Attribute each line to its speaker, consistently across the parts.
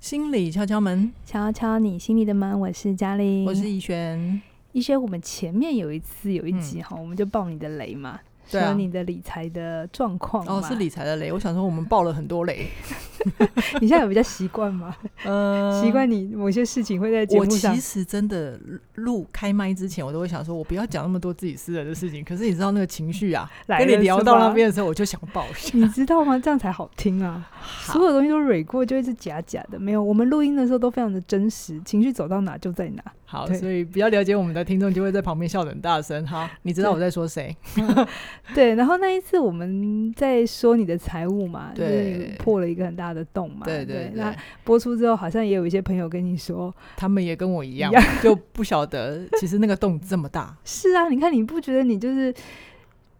Speaker 1: 心理敲敲门，
Speaker 2: 敲敲你心里的门，我是嘉玲，
Speaker 1: 我是怡璇。
Speaker 2: 一些我们前面有一次有一集哈、我们就爆你的雷嘛，
Speaker 1: 嗯对啊
Speaker 2: 说你的理财的状况嘛
Speaker 1: 哦，是理财的雷。我想说，我们爆了很多雷，
Speaker 2: 你现在有比较习惯 吗？
Speaker 1: 呃，
Speaker 2: 嗯习惯、。你某些事情会在节
Speaker 1: 我
Speaker 2: 目上
Speaker 1: 其实真的录开麦之前，我都会想说，我不要讲那么多自己私人的事情。可是你知道那个情绪 啊，
Speaker 2: 来
Speaker 1: 跟你
Speaker 2: 了
Speaker 1: 聊
Speaker 2: 是
Speaker 1: 到
Speaker 2: 吧
Speaker 1: 那，边的 时候，我就想爆一下。
Speaker 2: 你知道吗？这样才 好听啊！所有东西都蕊过，就一直假假的。没有，我们录音的时候都非常的真实，情绪走到哪就在哪。
Speaker 1: 好，
Speaker 2: 对
Speaker 1: 所以比较了解我们的听众就会在旁边笑得很大声。哈，你知道我在说谁？
Speaker 2: 对，然后那一次我们在说你的财务嘛，就是
Speaker 1: 对
Speaker 2: 你破了一个很大的洞嘛。
Speaker 1: 对
Speaker 2: 对
Speaker 1: 对
Speaker 2: 那
Speaker 1: 对，
Speaker 2: 播出之后，好像也有一些朋友跟你说
Speaker 1: 他们也跟我一样
Speaker 2: 一，
Speaker 1: 就不晓得其实那个洞这么大。：“
Speaker 2: 是啊，你看你不觉得你就是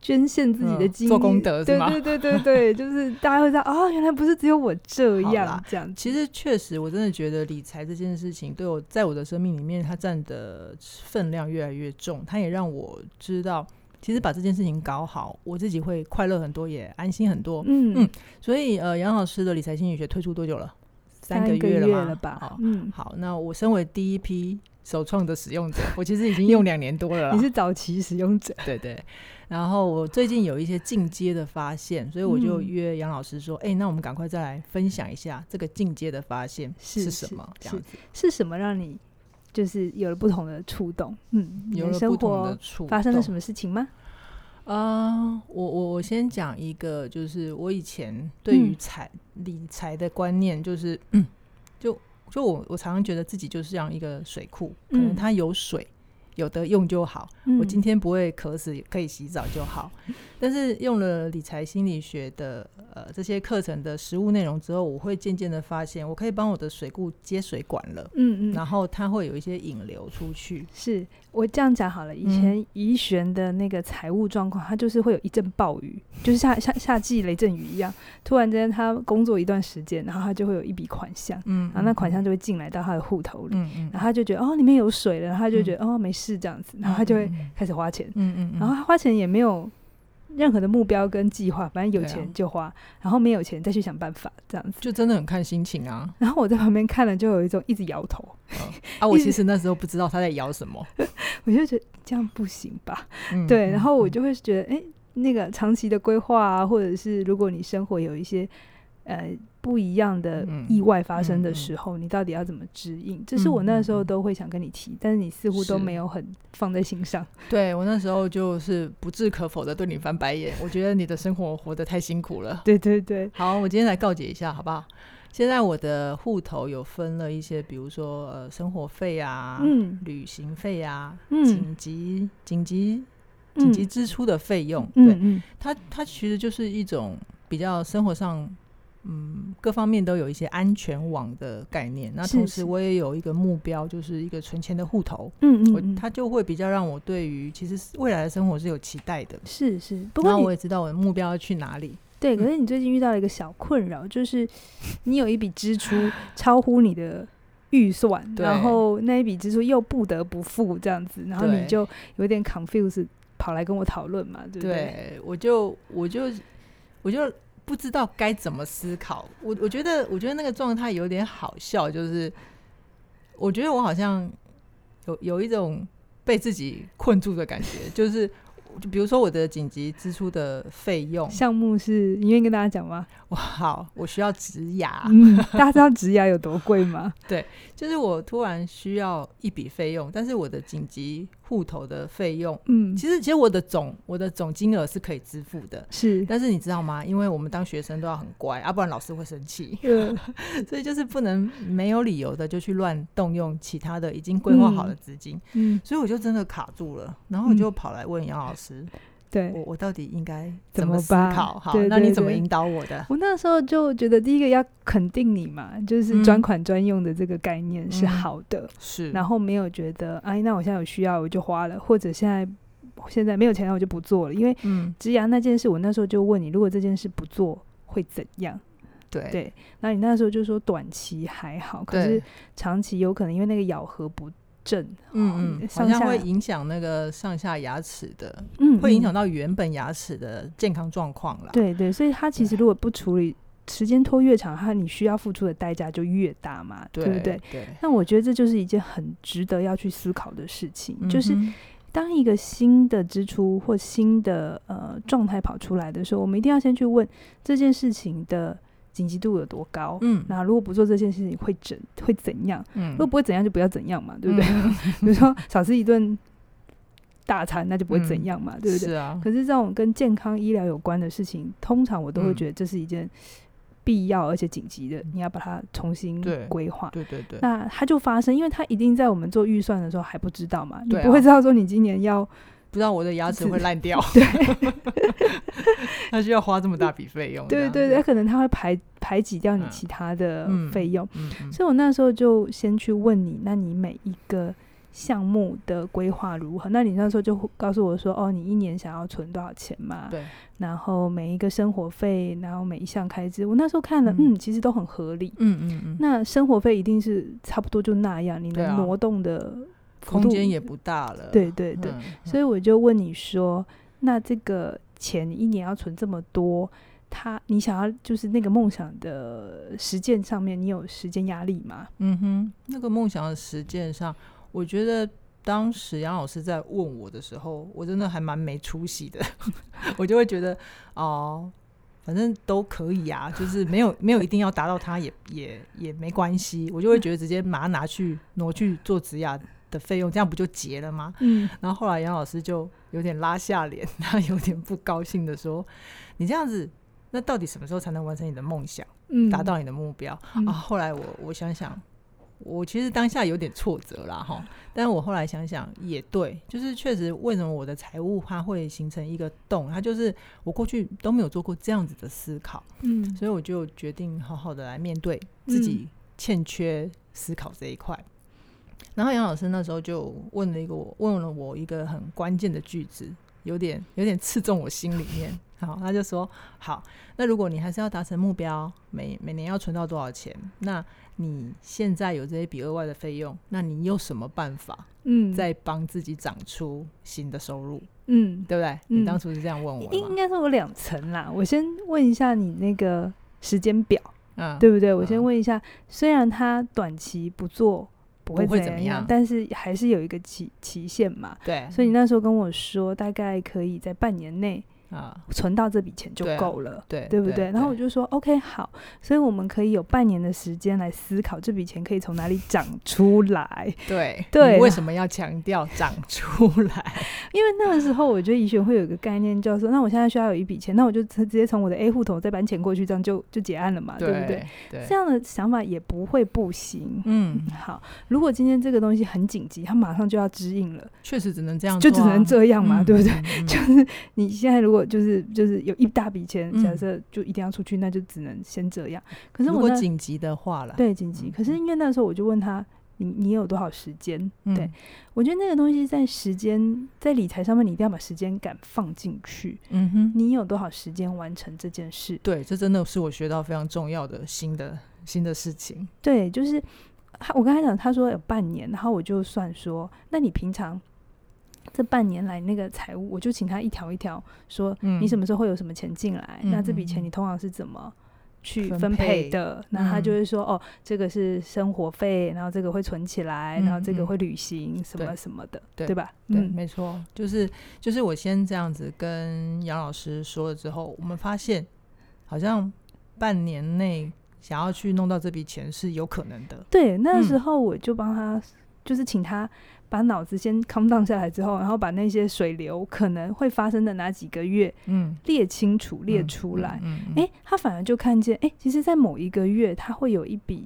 Speaker 2: 捐献自己的
Speaker 1: 嗯
Speaker 2: 精力、
Speaker 1: 做功德是
Speaker 2: 对
Speaker 1: 吗
Speaker 2: 对对对 对，就是大家会知道啊、原来不是只有我这
Speaker 1: 好
Speaker 2: 样
Speaker 1: 啦
Speaker 2: 这样子。
Speaker 1: 其实确实，我真的觉得理财这件事情对我在我的生命里面，它占的分量越来越重。它也让我知道，其实把这件事情搞好，我自己会快乐很多，也安心很多。
Speaker 2: 嗯
Speaker 1: 嗯所以，呃，杨老师的理财心理学推出多久了？
Speaker 2: 三
Speaker 1: 个
Speaker 2: 月
Speaker 1: 了吗？
Speaker 2: 吧
Speaker 1: 哦？
Speaker 2: 嗯，
Speaker 1: 好，那我身为第一批首创的使用者，我其实 已经用两年多了啦。
Speaker 2: 你是早期使用者，
Speaker 1: 对对，然后我最近有一些进阶的发现，所以我就
Speaker 2: 嗯
Speaker 1: 约杨老师说：“哎、那我们赶快再来分享一下这个进阶的发现
Speaker 2: 是
Speaker 1: 是什
Speaker 2: 是
Speaker 1: 么？”这
Speaker 2: 是
Speaker 1: 样子
Speaker 2: 是什么让你就是有了不同的触动？嗯，你
Speaker 1: 有
Speaker 2: 的
Speaker 1: 了
Speaker 2: 生
Speaker 1: 不同的
Speaker 2: 活
Speaker 1: 触
Speaker 2: 发生了什
Speaker 1: 么？
Speaker 2: 么事情吗？
Speaker 1: 啊，我我我先讲一个，就是我以前对
Speaker 2: 嗯
Speaker 1: 于财、理财的观念，就是、就就我我常常觉得自己就是这样一个水库，可能
Speaker 2: 嗯
Speaker 1: 它有水。有得用就好，我今天不会渴死，可以洗澡就 好。但是用了理财心理学的呃这些课程的实物内容之后，我会渐渐的发现，我可以帮我的水库接水管了，
Speaker 2: 嗯嗯嗯，
Speaker 1: 然后它会有一些引流出去。
Speaker 2: 是我这样讲好了。以
Speaker 1: 嗯
Speaker 2: 前怡璇的那个财务状况，她就是会有一阵暴雨，就是夏夏夏季雷阵雨一样，突然之间她工作一段时间，然后她就会有一笔款项，
Speaker 1: 嗯，
Speaker 2: 然啊后那款项就会进来到她的户头里，
Speaker 1: 嗯嗯，
Speaker 2: 然后她就觉得哦里面有水了，然后她就觉得、哦没事这样子，然后她就会
Speaker 1: 嗯
Speaker 2: 开始花钱，
Speaker 1: 嗯嗯，嗯
Speaker 2: 然后她花钱也没有。任何的目标跟计划，反正有
Speaker 1: 对啊
Speaker 2: 钱就花，然后没有钱再去想办法，这样子。
Speaker 1: 就真的很看心情啊
Speaker 2: 然后我在旁边看了，就有一种一直摇头，
Speaker 1: 啊！我
Speaker 2: 一直
Speaker 1: 其实那时候不知道他在摇什么，
Speaker 2: 我就觉得这样不行吧？
Speaker 1: 嗯
Speaker 2: 对，然后我
Speaker 1: 嗯
Speaker 2: 就会觉得，哎，那个长期的规划啊，或者是如果你生活有一些呃不一样的
Speaker 1: 嗯
Speaker 2: 意外发生
Speaker 1: 嗯
Speaker 2: 的
Speaker 1: 嗯
Speaker 2: 时候，你到底要怎么指引？这是我
Speaker 1: 嗯
Speaker 2: 那
Speaker 1: 嗯
Speaker 2: 时候
Speaker 1: 嗯
Speaker 2: 都会想跟你提，但是你似乎都
Speaker 1: 是
Speaker 2: 没有很放在心上。
Speaker 1: 对我那时候就是不置可否的对你翻白眼，我觉得你的生活活得太辛苦了。
Speaker 2: 对对对，
Speaker 1: 好，我今天来告解一下，好不好？现在我的户头有分了一些，比如说呃生活费啊、
Speaker 2: 嗯
Speaker 1: 旅行费啊、
Speaker 2: 嗯
Speaker 1: 紧急紧急紧
Speaker 2: 嗯
Speaker 1: 急支出的费用。
Speaker 2: 嗯
Speaker 1: 对，
Speaker 2: 嗯
Speaker 1: 它它其实就是一种比较生活上。嗯，各方面都有一些安全网的概念。那
Speaker 2: 是
Speaker 1: 同
Speaker 2: 是
Speaker 1: 时，我也有一个目标，就是一个存钱的户头。
Speaker 2: 嗯嗯
Speaker 1: 我
Speaker 2: 嗯，
Speaker 1: 它就会比较让我对于其实未来的生活是有期待的。
Speaker 2: 是是，不
Speaker 1: 不
Speaker 2: 过
Speaker 1: 过
Speaker 2: 你
Speaker 1: 我也知道我的目标要去哪里。
Speaker 2: 对，可
Speaker 1: 嗯
Speaker 2: 是你最近遇到了一个小困扰，就是你有一笔 支出超乎你的预算，
Speaker 1: 对
Speaker 2: 然后那一笔支出又不得不付这样子，然后你
Speaker 1: 对
Speaker 2: 就有点 confuse，跑来跟我讨论嘛，对不对？
Speaker 1: 对，我就我就我就不知道该怎么思考。我我觉得我觉得那个状态有点好笑，就是我觉得我好像有有一种被自己困住的感觉，就是就比如说我的紧急支出的费用，
Speaker 2: 项目是你愿意跟大家讲吗？
Speaker 1: 哇，好，我需要植牙，
Speaker 2: 嗯， 大家知道植牙有多贵吗？
Speaker 1: 就是我突然需要一笔费用，但是我的紧急户头的费用。
Speaker 2: 嗯，
Speaker 1: 其实，其实我的总我的总金额是可以支付的，
Speaker 2: 是，
Speaker 1: 但是你知道吗？因为我们当学生都要很乖，要、不然老师会生 气，
Speaker 2: 呃，
Speaker 1: 所以就是不能没有理由的就去乱动用其他的已经规划好的资金。
Speaker 2: 嗯，
Speaker 1: 所以我就真的卡住了，然后我就跑来问杨老师，
Speaker 2: 对。
Speaker 1: 我我到底应该
Speaker 2: 怎
Speaker 1: 么
Speaker 2: 么
Speaker 1: 思考？
Speaker 2: 办
Speaker 1: 好，
Speaker 2: 对
Speaker 1: 那你
Speaker 2: 对
Speaker 1: 怎么
Speaker 2: 对
Speaker 1: 引导我的？
Speaker 2: 我那时候就觉得，第一个要肯定你嘛，就是
Speaker 1: 嗯
Speaker 2: 专款专用的这个概念是
Speaker 1: 嗯
Speaker 2: 好的，
Speaker 1: 是，
Speaker 2: 然后没有觉得哎，那我现在有需要我就花了，或者现在现在没有钱了我就不做了，因为
Speaker 1: 嗯，
Speaker 2: 植牙那件事，我那时候就问你，如果这件事不做会怎样？
Speaker 1: 对
Speaker 2: 对，那你那时候就说短期还好，可是
Speaker 1: 对，
Speaker 2: 长期有可能因为那个咬合不正，
Speaker 1: 嗯
Speaker 2: 哦
Speaker 1: 嗯，好
Speaker 2: 上下
Speaker 1: 像会影响那个上下牙齿的，
Speaker 2: 嗯
Speaker 1: 会影响
Speaker 2: 到
Speaker 1: 到原本牙齿的健康状况啦。嗯
Speaker 2: 对对，所以它其实如果不处理。时间拖越长，它你需要付出的代价就越大嘛，对不对？那我觉得这就是一件很值得要去思考的事情，就是
Speaker 1: 嗯哼
Speaker 2: 当一个新的支出或新的呃状态跑出来的时候，我们一定要先去问这件事情的紧急度有多高。
Speaker 1: 嗯
Speaker 2: 那如果不做这件事情会怎会怎样？
Speaker 1: 嗯
Speaker 2: 如果不会怎样就不要怎样嘛，对不对？
Speaker 1: 嗯
Speaker 2: 比如说少吃一顿大餐，那就不会怎样嘛，对不对？
Speaker 1: 嗯是啊，
Speaker 2: 可是这种跟健康医疗有关的事情，通常我都会
Speaker 1: 嗯
Speaker 2: 觉得这是一件必要而且紧急的，你要把它重新
Speaker 1: 对
Speaker 2: 规划。
Speaker 1: 对对对，
Speaker 2: 那它就发生，因为它一定在我们做预算的时候还不知道嘛，你
Speaker 1: 对啊哦
Speaker 2: 不会知道说你今年要
Speaker 1: 不知道我的牙齿
Speaker 2: 是
Speaker 1: 会烂掉，
Speaker 2: 对，
Speaker 1: 他需要花这么大笔费用，
Speaker 2: 对
Speaker 1: 这
Speaker 2: 对对，它
Speaker 1: 样子，
Speaker 2: 可能它会排排挤掉你
Speaker 1: 嗯
Speaker 2: 其他的
Speaker 1: 嗯
Speaker 2: 费用，
Speaker 1: 嗯嗯
Speaker 2: 所以我那时候就先去问你，那你每一个项目的规划如何？那你那时候就告诉我说，哦，你一年想要存多少钱嘛？
Speaker 1: 对，
Speaker 2: 然后每一个生活费，然后每一项开支，我那时候看了，
Speaker 1: 嗯
Speaker 2: 嗯，其实都很合理。
Speaker 1: 嗯嗯嗯，
Speaker 2: 那生活费一定是差不多就那样，你
Speaker 1: 对啊
Speaker 2: 能挪动的幅
Speaker 1: 空
Speaker 2: 度
Speaker 1: 间也不大了，
Speaker 2: 对对对，
Speaker 1: 嗯，
Speaker 2: 所以我就问你说，那这个钱你一年要存这么多，他你想要就是那个梦想的实践上面，你有时间压力吗？
Speaker 1: 嗯哼，那个梦想的实践上，我觉得当时杨老师在问我的时候，我真的还蛮没出息的， 我就会觉得哦、反正都可以啊，就是没有没有一定要达到它也也也没关系，我就会觉得直接把它拿去挪去做植牙的费用，这样不就结了吗？
Speaker 2: 嗯，
Speaker 1: 然后后来杨老师就有点拉下脸， 他有点不高兴的说：“你这样子，那到底什么时候才能完成你的梦想，
Speaker 2: 嗯
Speaker 1: 达到你的目标？”啊，后来我我想想，我其实当下有点挫折啦哈，但我后来想想也对，就是确实为什么我的财务它会形成一个洞，它就是我过去都没有做过这样子的思考，
Speaker 2: 嗯
Speaker 1: 所以我就决定好好的来面对自己欠缺思考这一块。然后杨老师那时候就问了一个我问了我一个很关键的句子，有点有点刺中我心里面。好，他就说：“好，那如果你还是要达成目标，每每年要存到多少钱？那你现在有这一笔额外的费用，那你有什么办法
Speaker 2: 嗯
Speaker 1: 再帮自己长出新的收入？
Speaker 2: 嗯，
Speaker 1: 对不对？
Speaker 2: 嗯
Speaker 1: 你当初是这样问我的
Speaker 2: 应
Speaker 1: 嘛？
Speaker 2: 该是有两层啦。我先问一下你那个时间表，
Speaker 1: 嗯，
Speaker 2: 对不对？我先
Speaker 1: 嗯
Speaker 2: 问一下，虽然它短期不做不会
Speaker 1: 不会
Speaker 2: 怎
Speaker 1: 怎么样嗯
Speaker 2: 但是还是有一个期期限嘛。
Speaker 1: 对，
Speaker 2: 所以你那时候跟我说，大概可以在半年内
Speaker 1: 啊，
Speaker 2: 存到这笔钱就
Speaker 1: 对啊
Speaker 2: 够了。
Speaker 1: 对，
Speaker 2: 对不对？然后我就说 OK 好，所以我们可以有半年的时间来思考这笔钱可以从哪里长出来。
Speaker 1: 对
Speaker 2: 对
Speaker 1: 你为
Speaker 2: 啦
Speaker 1: 什么要强调长出 来？
Speaker 2: 因为那个时候我觉得怡璇会有一个概念，叫做那我现在需要有一笔钱，那我就直直接从我的 A 户头再搬钱过去，这样就就结案了嘛，对不对？
Speaker 1: 对对
Speaker 2: 这样的想法也不会不行。
Speaker 1: 嗯，
Speaker 2: 好，如果今天这个东西很紧急，它马上就要支应了，
Speaker 1: 确实只能这样
Speaker 2: 就
Speaker 1: 做啊，
Speaker 2: 只能这样嘛，
Speaker 1: 嗯
Speaker 2: 对不对？？
Speaker 1: 嗯嗯
Speaker 2: 就是你现在如果就是就是有一大笔钱，
Speaker 1: 嗯
Speaker 2: 假设就一定要出去，那就只能先这样。可是
Speaker 1: 如
Speaker 2: 我
Speaker 1: 果
Speaker 2: 那
Speaker 1: 紧急的话了，
Speaker 2: 对紧急，
Speaker 1: 嗯
Speaker 2: 可是因为那时候我就问他，你你有多少时间？
Speaker 1: 嗯
Speaker 2: 对，我觉得那个东西在时间在理财上面，你一定要把时间感放进去。
Speaker 1: 嗯哼，
Speaker 2: 你有多少时间完成这件事？
Speaker 1: 对，这真的是我学到非常重要的新的新的事情。
Speaker 2: 对，就是他，我刚才讲，他说有半年，然后我就算说，那你平常这半年来那个财务，我就请他一条一条说，
Speaker 1: 嗯
Speaker 2: 你什么时候会有什么钱进来？那这笔钱
Speaker 1: 嗯嗯嗯
Speaker 2: 你通常是怎么？去
Speaker 1: 分
Speaker 2: 分
Speaker 1: 配
Speaker 2: 配的，那他就
Speaker 1: 嗯
Speaker 2: 会说、哦，这个是生活费，然后这个会存起来，然后这
Speaker 1: 嗯
Speaker 2: 个
Speaker 1: 嗯
Speaker 2: 会旅行什么
Speaker 1: 对
Speaker 2: 什么的，
Speaker 1: 对
Speaker 2: 吧？
Speaker 1: 对，
Speaker 2: 嗯
Speaker 1: 没错，就是就是我先这样子跟杨老师说了之后，我们发现好像半年内想要去弄到这笔钱是有可能的。
Speaker 2: 对，那
Speaker 1: 嗯
Speaker 2: 时候我就帮他，就是请他把脑子先 calm down 下来之后，然后把那些水流可能会发生的哪几个月
Speaker 1: 嗯，
Speaker 2: 列清楚、列
Speaker 1: 嗯
Speaker 2: 出来。
Speaker 1: 嗯，嗯嗯
Speaker 2: 诶，他反而就看见，诶，其实，在某一个月，他会有一笔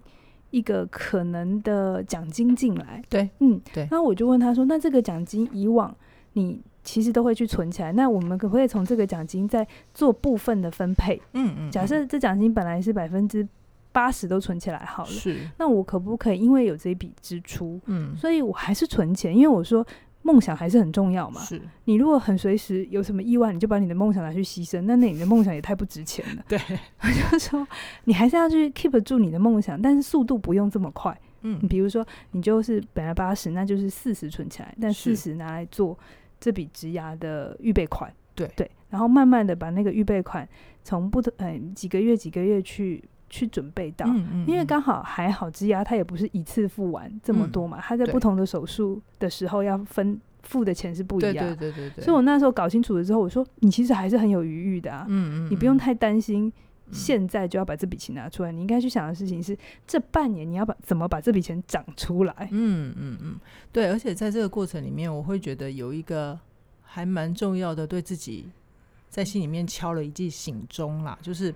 Speaker 2: 一个可能的奖金进来。
Speaker 1: 对，
Speaker 2: 嗯，
Speaker 1: 对
Speaker 2: 然后我就问他说：“那这个奖金以往你其实都会去存起来，那我们可不可以从这个奖金再做部分的分配？
Speaker 1: 嗯嗯，
Speaker 2: 假设这奖金本来是百分之八十都存起来好
Speaker 1: 嗯
Speaker 2: 了，
Speaker 1: 是，
Speaker 2: 那我可不可以因为有这一笔支出，
Speaker 1: 嗯，
Speaker 2: 所以我还是存钱？因为我说。”梦想还是很重要嘛。
Speaker 1: 是，
Speaker 2: 你如果很随时有什么意外，你就把你的梦想拿去牺牲，那那你的梦想也太不值钱了。
Speaker 1: 对，
Speaker 2: 他说你还是要去 keep 住你的梦想，但是速度不用这么快。
Speaker 1: 嗯
Speaker 2: 比如说，你就是本来八十，那就是四十存起来，但
Speaker 1: 是
Speaker 2: 四十拿来做这笔质押的预备款。
Speaker 1: 对
Speaker 2: 对，然后慢慢的把那个预备款从不同呃几个月几个月去去准备到，
Speaker 1: 嗯嗯，
Speaker 2: 因为
Speaker 1: 嗯
Speaker 2: 刚好还好积压，它也不是一次付完这么多嘛，它在
Speaker 1: 对
Speaker 2: 不同的手术的时候要分付的钱是不一
Speaker 1: 对
Speaker 2: 样。
Speaker 1: 对对对对，
Speaker 2: 所以我那时候搞清楚了之后，我说你其实还是很有余裕的啊，
Speaker 1: 嗯嗯，
Speaker 2: 你不用
Speaker 1: 嗯
Speaker 2: 太担心。
Speaker 1: 嗯
Speaker 2: 现在就要把这笔钱拿出来，你应该去想的事情是，这半年你要把怎么把这笔钱涨出来。
Speaker 1: 嗯嗯嗯，对，而且在这个过程里面，我会觉得有一个还蛮重要的，对自己在心里面敲了一记醒钟啦，就是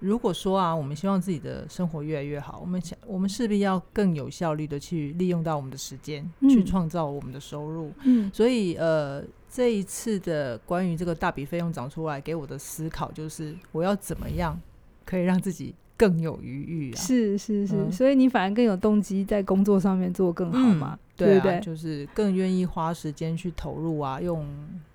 Speaker 1: 如果说啊，我们希望自己的生活越来越好，我们想，我们势必要更有效率的去利用到我们的时间，去
Speaker 2: 嗯
Speaker 1: 创造我们的收入。
Speaker 2: 嗯
Speaker 1: 所以呃，这一次的关于这个大笔费用涨出来，给我的思考就是，我要怎么样可以让自己更有余裕啊？
Speaker 2: 是是是，
Speaker 1: 嗯
Speaker 2: 所以你反而更有动机在工作上面做更好嘛，
Speaker 1: 对
Speaker 2: 对
Speaker 1: 啊，
Speaker 2: 不对？
Speaker 1: 就是更愿意花时间去投入啊，用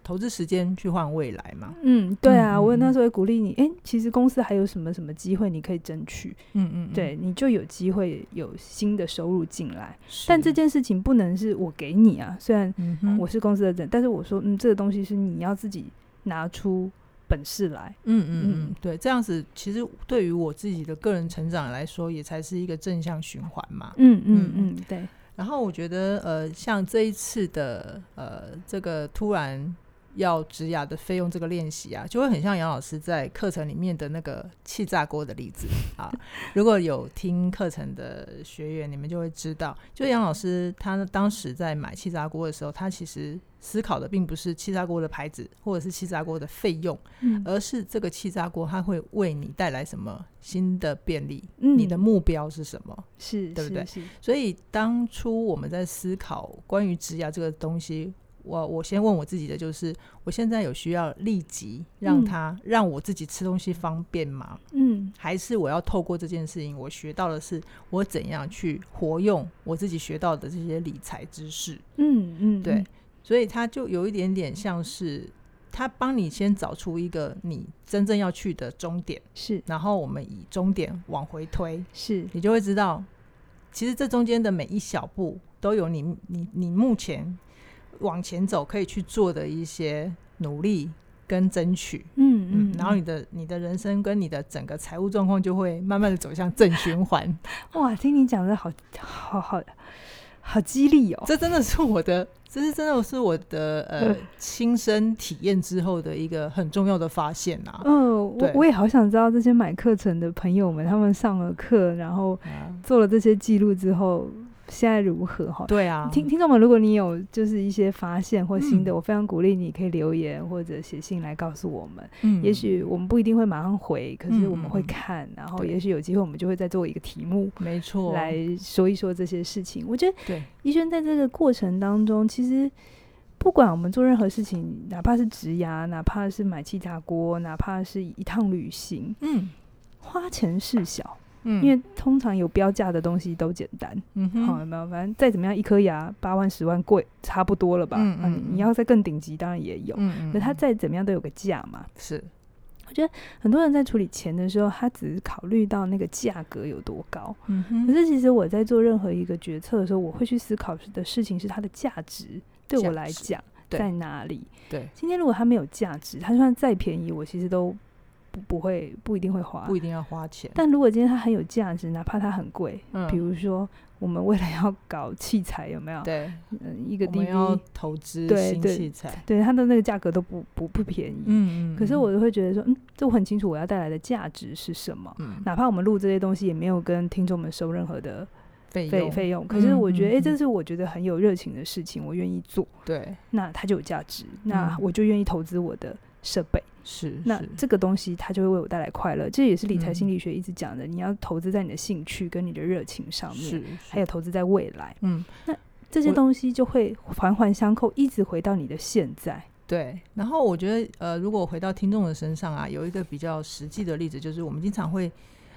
Speaker 1: 投资时间去换未来嘛。
Speaker 2: 嗯，对啊，
Speaker 1: 嗯嗯
Speaker 2: 我
Speaker 1: 嗯
Speaker 2: 那时候也鼓励你，诶，其实公司还有什么什么机会你可以争取，
Speaker 1: 嗯嗯，嗯，
Speaker 2: 对，你就有机会有新的收入进来。
Speaker 1: 是
Speaker 2: 但这，件事情不能是我给你啊，虽然
Speaker 1: 嗯哼，
Speaker 2: 我是公司的人，但是我说，嗯，这个东西是你要自己拿出本事来。
Speaker 1: 嗯嗯
Speaker 2: 嗯
Speaker 1: 嗯，对，这样子其实对于我自己的个人成长来说，也才是一个正向循环嘛。
Speaker 2: 嗯嗯
Speaker 1: 嗯
Speaker 2: 嗯，对，
Speaker 1: 然后我觉得，呃，像这一次的呃这个突然要植牙的费用这个练习啊，就会很像杨老师在课程里面的那个气炸锅的例子啊。如果有听课程的学员，你们就会知道，就杨老师他当时在买气炸锅的时候，他其实思考的并不是气炸锅的牌子或者是气炸锅的费用，
Speaker 2: 嗯
Speaker 1: 而是这个气炸锅它会为你带来什么新的便利，
Speaker 2: 嗯
Speaker 1: 你的目标是什么。
Speaker 2: 是，
Speaker 1: 对不
Speaker 2: 是
Speaker 1: 对
Speaker 2: 是，
Speaker 1: 所以当初我们在思考关于植牙这个东西，我我先问我自己的就是，我现在有需要立即让它、让我自己吃东西方便吗？
Speaker 2: 嗯
Speaker 1: 还是我要透过这件事情，我学到的是我怎样去活用我自己学到的这些理财知识？
Speaker 2: 嗯嗯，
Speaker 1: 对，所以它就有一点点像是。它帮你先找出一个你真正要去的终点，
Speaker 2: 是
Speaker 1: 然后我们以终点往回推，
Speaker 2: 是，
Speaker 1: 你就会知道，其实这中间的每一小步都有你你你目前往前走可以去做的一些努力跟争取，
Speaker 2: 嗯
Speaker 1: 嗯
Speaker 2: 嗯，，
Speaker 1: 然后你的你的人生跟你的整个财务状况就会慢慢的走向正循 环。
Speaker 2: 哇，听你讲的好好好好激励哦。
Speaker 1: 这真的是我的，这是真的是我的呃
Speaker 2: 嗯
Speaker 1: 亲身体验之后的一个很重要的发现啊。
Speaker 2: 嗯，我
Speaker 1: 对
Speaker 2: 我也好想知道这些买课程的朋友们，他们上了课，然后
Speaker 1: 啊
Speaker 2: 做了这些记录之后，现在如何哈？
Speaker 1: 对啊，
Speaker 2: 听听众们，如果你有就是一些发现或新的，
Speaker 1: 嗯
Speaker 2: 我非常鼓励你可以留言或者写信来告诉我们。
Speaker 1: 嗯
Speaker 2: 也许我们不一定会马上回，可是
Speaker 1: 嗯
Speaker 2: 我们会
Speaker 1: 嗯嗯
Speaker 2: 看，然后
Speaker 1: 对
Speaker 2: 也许有机会我们就会再做一个题目
Speaker 1: 没错，
Speaker 2: 来说一说这些事情。我觉得
Speaker 1: 对，
Speaker 2: 医生在这个过程当中，其实不管我们做任何事情，哪怕是植牙，哪怕是买气炸锅，哪怕是一趟旅行，
Speaker 1: 嗯
Speaker 2: 花钱事小，
Speaker 1: 嗯，
Speaker 2: 因为通常有标价的东西都简单。
Speaker 1: 嗯哼
Speaker 2: 好，有没有？反正再怎么样，一颗牙八万、十万贵，差不多了吧？
Speaker 1: 嗯
Speaker 2: 啊
Speaker 1: 嗯
Speaker 2: 你
Speaker 1: 嗯
Speaker 2: 要再更顶级，当然也有。
Speaker 1: 嗯嗯，
Speaker 2: 可它
Speaker 1: 嗯
Speaker 2: 再怎么样都有个价嘛。
Speaker 1: 是
Speaker 2: 很多人在处理钱的时候，他只是考虑到那个价格有多高。
Speaker 1: 嗯哼
Speaker 2: 可是其实我在做任何一个决策的时候，我会去思考的事情是它的价值对我
Speaker 1: 价
Speaker 2: 来
Speaker 1: 值
Speaker 2: 讲
Speaker 1: 对
Speaker 2: 在哪里。
Speaker 1: 对，
Speaker 2: 今天如果它没有价值，它就算再便宜，我其实都不不会不一定会花
Speaker 1: 不。一定要花钱，
Speaker 2: 但如果今天它很有价值，哪怕它很贵，
Speaker 1: 嗯
Speaker 2: 比如说我们为了要搞器材，有没有？
Speaker 1: 对，
Speaker 2: 嗯，一个
Speaker 1: 我们
Speaker 2: DV，
Speaker 1: 要投资
Speaker 2: 对
Speaker 1: 新
Speaker 2: 对
Speaker 1: 器材。
Speaker 2: 对它的那个价格都不不不便宜。
Speaker 1: 嗯
Speaker 2: 可是我，就会觉得说，嗯，这我很清楚我要带来的价值是什么。
Speaker 1: 嗯，
Speaker 2: 哪怕我们录这些东西，也没有跟听众们收任何的
Speaker 1: 费
Speaker 2: 费
Speaker 1: 用，
Speaker 2: 费用，可是我觉得，
Speaker 1: 嗯
Speaker 2: 哎、
Speaker 1: 嗯
Speaker 2: 这是我觉得很有热情的事情，我愿意做，
Speaker 1: 对，
Speaker 2: 那它就有价值，那
Speaker 1: 嗯
Speaker 2: 我就愿意投资我的设备，
Speaker 1: 是，
Speaker 2: 那
Speaker 1: 是
Speaker 2: 这个东西它就会为我带来快乐。这也是理财
Speaker 1: 嗯
Speaker 2: 心理学一直讲的，你要投资在你的兴趣跟你的热情上面，
Speaker 1: 是，
Speaker 2: 还有，投资在未来，
Speaker 1: 嗯，
Speaker 2: 这些
Speaker 1: 我
Speaker 2: 东西就会环环相扣，一直回到你的现在。
Speaker 1: 对。然后我觉得，呃，如果回到听众的身上啊，有一个比较实际的例子，就是我们经常会。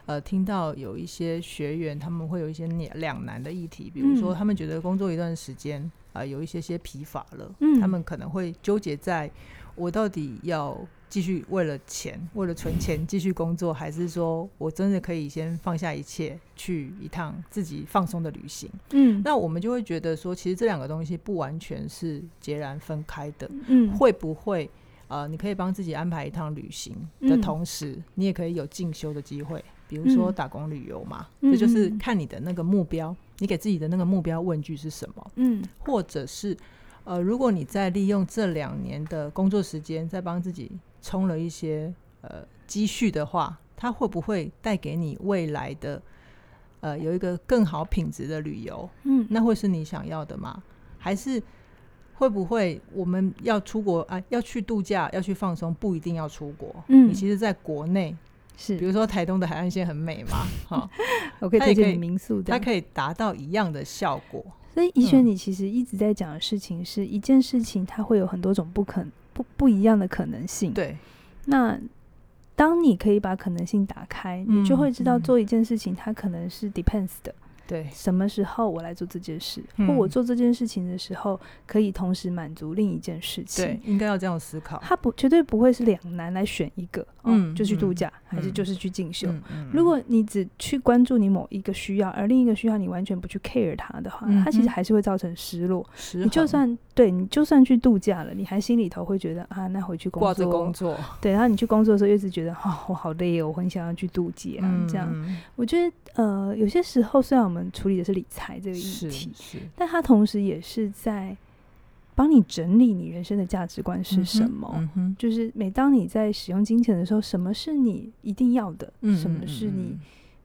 Speaker 1: 呃，听到有一些学员他们会有一些两两难的议题，比如说
Speaker 2: 嗯
Speaker 1: 他们觉得工作一段时间啊、呃有一些些疲乏了，
Speaker 2: 嗯
Speaker 1: 他们可能会纠结在我到底要继续为了钱，为了存钱继续工作，还是说我真的可以先放下一切，去一趟自己放松的旅行？
Speaker 2: 嗯
Speaker 1: 那我们就会觉得说，其实这两个东西不完全是截然分开的，
Speaker 2: 嗯
Speaker 1: 会不会？呃，你可以帮自己安排一趟旅行的
Speaker 2: 嗯
Speaker 1: 同时，你也可以有进修的机会，比如说
Speaker 2: 嗯
Speaker 1: 打工旅游嘛，
Speaker 2: 嗯
Speaker 1: 这就是
Speaker 2: 嗯嗯
Speaker 1: 看你的那个目标，你给自己的那个目标问句是什么。
Speaker 2: 嗯
Speaker 1: 或者是呃，如果你在利用这两年的工作时间，再帮自己充了一些呃积蓄的话，它会不会带给你未来的呃有一个更好品质的旅游？
Speaker 2: 嗯
Speaker 1: 那会是你想要的吗？还是会不会我们要出国啊、要去度假、要去放松，不一定要出国？
Speaker 2: 嗯
Speaker 1: 你其实在国内，比
Speaker 2: 是，
Speaker 1: 如说台东的海岸线很美嘛，
Speaker 2: 嗯
Speaker 1: 哈、
Speaker 2: 我可以
Speaker 1: 它也可
Speaker 2: 推荐
Speaker 1: 以
Speaker 2: 你民宿这
Speaker 1: 它
Speaker 2: 样。
Speaker 1: 可以达到一样的效果。
Speaker 2: 所以怡璇，
Speaker 1: 嗯
Speaker 2: 你其实一直在讲的事情是一件事情，它会有很多种不可不不一样的可能性。
Speaker 1: 对，
Speaker 2: 那当你可以把可能性打开，你
Speaker 1: 嗯
Speaker 2: 就会知道
Speaker 1: 嗯
Speaker 2: 做一件事情，它可能是 depends 的。
Speaker 1: 对，
Speaker 2: 什么时候我来做这件事，或我
Speaker 1: 嗯
Speaker 2: 做这件事情的时候，可以同时满足另一件事
Speaker 1: 对
Speaker 2: 情。，
Speaker 1: 应该要这样思考。
Speaker 2: 它不绝对不会是两难来选一个，哦、
Speaker 1: 嗯
Speaker 2: 就去度
Speaker 1: 嗯
Speaker 2: 假，还是
Speaker 1: 嗯
Speaker 2: 就是去进修。
Speaker 1: 嗯嗯
Speaker 2: 如果你只去关注你某一个需要，而另一个需要你完全不去 care 它的话，
Speaker 1: 嗯
Speaker 2: 它其实
Speaker 1: 哼
Speaker 2: 还是会造成失落。
Speaker 1: 你
Speaker 2: 你就算对你就算去度假了，你还心里头会觉得啊，那回去工
Speaker 1: 挂着
Speaker 2: 作，
Speaker 1: 工作，
Speaker 2: 对，然后你去工作的时候，又是觉得哦，我好累哦，我很想要去度假、这样。
Speaker 1: 嗯
Speaker 2: 我觉得呃，有些时候虽然我们处理的是理财这个议
Speaker 1: 是
Speaker 2: 题，
Speaker 1: 是
Speaker 2: 但它同时也是在帮你整理你人生的价值观是什么。
Speaker 1: 嗯哼，
Speaker 2: 就是每当你在使用金钱的时候，什么是你一定要的，
Speaker 1: 嗯
Speaker 2: 什么是你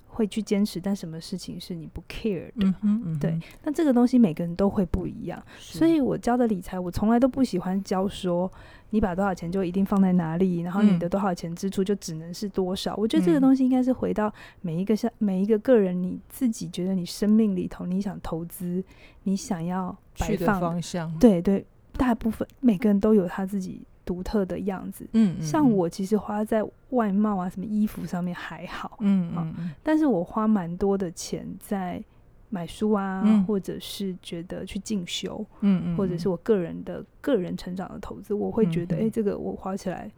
Speaker 2: 会去坚持，但什么事情是你不 care 的。
Speaker 1: 嗯哼嗯哼，
Speaker 2: 对那这个东西每个人都会不一样，
Speaker 1: 是，
Speaker 2: 所以我教的理财，我从来都不喜欢教说你把多少钱就一定放在哪里，然后你
Speaker 1: 嗯
Speaker 2: 的多少钱支出就只能是多少。我觉得这个
Speaker 1: 嗯
Speaker 2: 东西应该是回到每一个像每一个个人你自己觉得你生命里头你想投资，你想要摆
Speaker 1: 去的
Speaker 2: 放的，
Speaker 1: 方向，
Speaker 2: 对对，大部分每个人都有他自己独特的样子。
Speaker 1: 嗯，嗯
Speaker 2: 像，我其实花在外貌啊、什么衣服上面还好，
Speaker 1: 嗯
Speaker 2: 好
Speaker 1: 嗯嗯
Speaker 2: 但是我花蛮多的钱在买书啊，
Speaker 1: 嗯
Speaker 2: 或者是觉得去进修，
Speaker 1: 嗯嗯，
Speaker 2: 或者是
Speaker 1: 我
Speaker 2: 我个人的个人成长的投资，我会觉得，
Speaker 1: 嗯
Speaker 2: 哎、
Speaker 1: 嗯
Speaker 2: 这个我花起来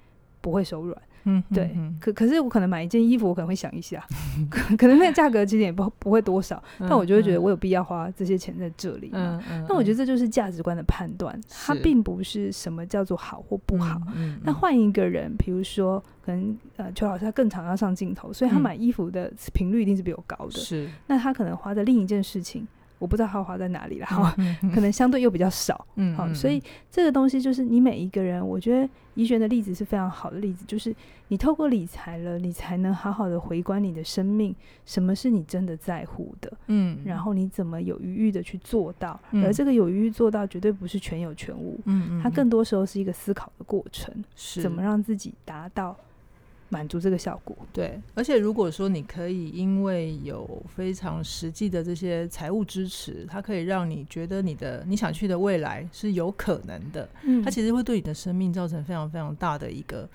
Speaker 2: 不会手软。
Speaker 1: 嗯哼
Speaker 2: 对
Speaker 1: 嗯
Speaker 2: 可可是我可能买一件衣服，我可能会想一下， 可可能那个价格其实也不不会多少，但我就会觉得我有必要花这些钱在这里吗。
Speaker 1: 嗯嗯，
Speaker 2: 那我觉得
Speaker 1: 得
Speaker 2: 这就是价值观的判断，它
Speaker 1: 是
Speaker 2: 并不是什么叫做好或不好。，
Speaker 1: 嗯
Speaker 2: 那换一个人，比如说，可能呃，邱老师他更常要上镜头，所以他
Speaker 1: 嗯
Speaker 2: 买衣服的频率一定是比我高
Speaker 1: 嗯
Speaker 2: 的。
Speaker 1: 是，
Speaker 2: 那他可能花在另一件事情，我不知道他花在哪里了，哈、
Speaker 1: 嗯，
Speaker 2: 可能相对又比较少，
Speaker 1: 嗯
Speaker 2: 好、
Speaker 1: 嗯
Speaker 2: 所以这个东西就是你每一个人，我觉得怡璇的例子是非常好的例子，就是你透过理财了，你才能好好的回观你的生命，什么是你真的在乎的，
Speaker 1: 嗯，
Speaker 2: 然后你怎么有余裕的去做到，
Speaker 1: 嗯
Speaker 2: 而这个有余裕做到，绝对不是全有全无，
Speaker 1: 嗯，嗯，
Speaker 2: 它
Speaker 1: 嗯
Speaker 2: 更多时候是一个思考的过程。
Speaker 1: 是
Speaker 2: 怎么让自己达到满足这个效果。
Speaker 1: 对，而且如果说你可以因为有非常实际的这些财务支持，它可以让你觉得你的你想去的未来是有可能的，
Speaker 2: 嗯
Speaker 1: 它其实会对你的生命造成非常非常大的一个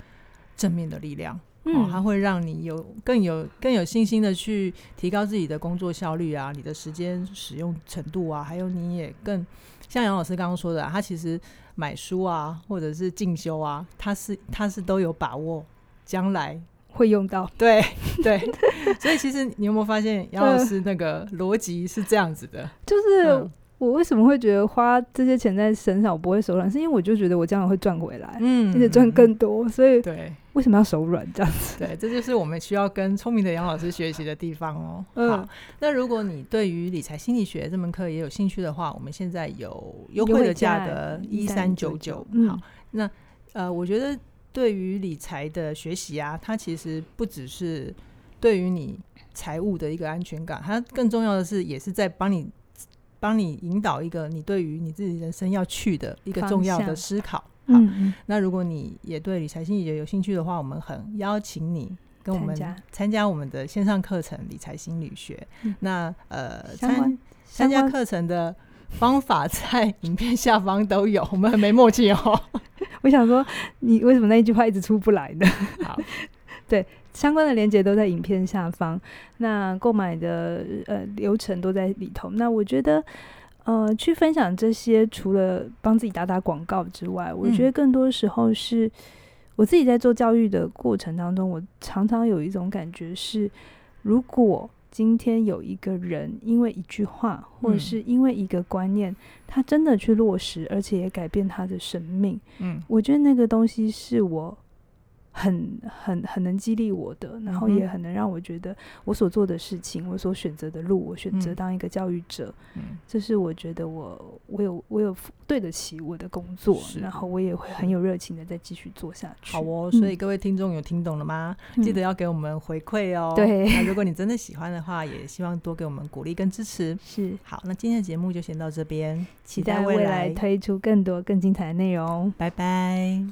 Speaker 1: 正面的力量。哦，它
Speaker 2: 嗯
Speaker 1: 会让你有更有更有信心的去提高自己的工作效率啊，你的时间使用程度啊，还有你也更像杨老师刚刚说的、啊，他其实买书啊，或者是进修啊，他是他是都有把握将来
Speaker 2: 会用到，
Speaker 1: 对 对，所以其实你有没有发现杨老师那个逻辑是这样子 的？
Speaker 2: 就是
Speaker 1: 嗯
Speaker 2: 我为什么会觉得花这些钱在身上我不会手软，是因为我就觉得我将来会赚回来，
Speaker 1: 嗯
Speaker 2: 而且赚更多，所以
Speaker 1: 对
Speaker 2: 为什么要手软这样子？
Speaker 1: 对，这就是我们需要跟聪明的杨老师学习的地方哦。
Speaker 2: 嗯
Speaker 1: 好，那如果你对于理财心理学这门课也有兴趣的话，我们现在有优惠的价格一三九九。好
Speaker 2: 嗯，，
Speaker 1: 呃，我觉得对于理财的学习啊，它其实不只是对于你财务的一个安全感，它更重要的是也是在帮你帮你引导一个你对于你自己人生要去的一个
Speaker 2: 方
Speaker 1: 重要的
Speaker 2: 向
Speaker 1: 思考。好，
Speaker 2: 嗯嗯，
Speaker 1: 那如果你也对理财心理学有兴趣的话，我们很邀请你跟我们
Speaker 2: 参加
Speaker 1: 参加我们的线上课程《理财心理学》
Speaker 2: 嗯
Speaker 1: 那呃，
Speaker 2: 相关
Speaker 1: 参参加
Speaker 2: 相关
Speaker 1: 课程的方法在 影片下方都有，我们很没默契哦。
Speaker 2: 我想说你为什么那一句话一直出不来呢？
Speaker 1: 好，
Speaker 2: 相关的链接都在影片下方，那购买的呃流程都在里头。那我觉得，呃，去分享这些，除了帮自己打打广告之外，我觉得更多时候是、我自己在做教育的过程当中，我常常有一种感觉是，如果今天有一个人因为一句话，或者
Speaker 1: 嗯
Speaker 2: 是因为一个观念，他真的去落实，而且也改变他的生命。
Speaker 1: 嗯
Speaker 2: 我觉得那个东西是我很很很能激励我的，然后
Speaker 1: 嗯哼
Speaker 2: 也很能让我觉得我所做的事情，我所选择的路，我选择
Speaker 1: 嗯
Speaker 2: 当一个教育者，
Speaker 1: 嗯
Speaker 2: 这是我觉得我我有我有负对得起我的工作，
Speaker 1: 是
Speaker 2: 然后我也会很有热情的再继续做下去。
Speaker 1: 好哦，
Speaker 2: 嗯
Speaker 1: 所以各位听众有听懂了吗？
Speaker 2: 嗯
Speaker 1: 记得要给我们回馈哦。
Speaker 2: 对
Speaker 1: 那如果你真的喜欢的话，也希望多给我们鼓励跟支持。
Speaker 2: 是
Speaker 1: 好，那今天的节目就先到这边，期
Speaker 2: 期待未来推出更多更精彩的内容。
Speaker 1: 拜拜。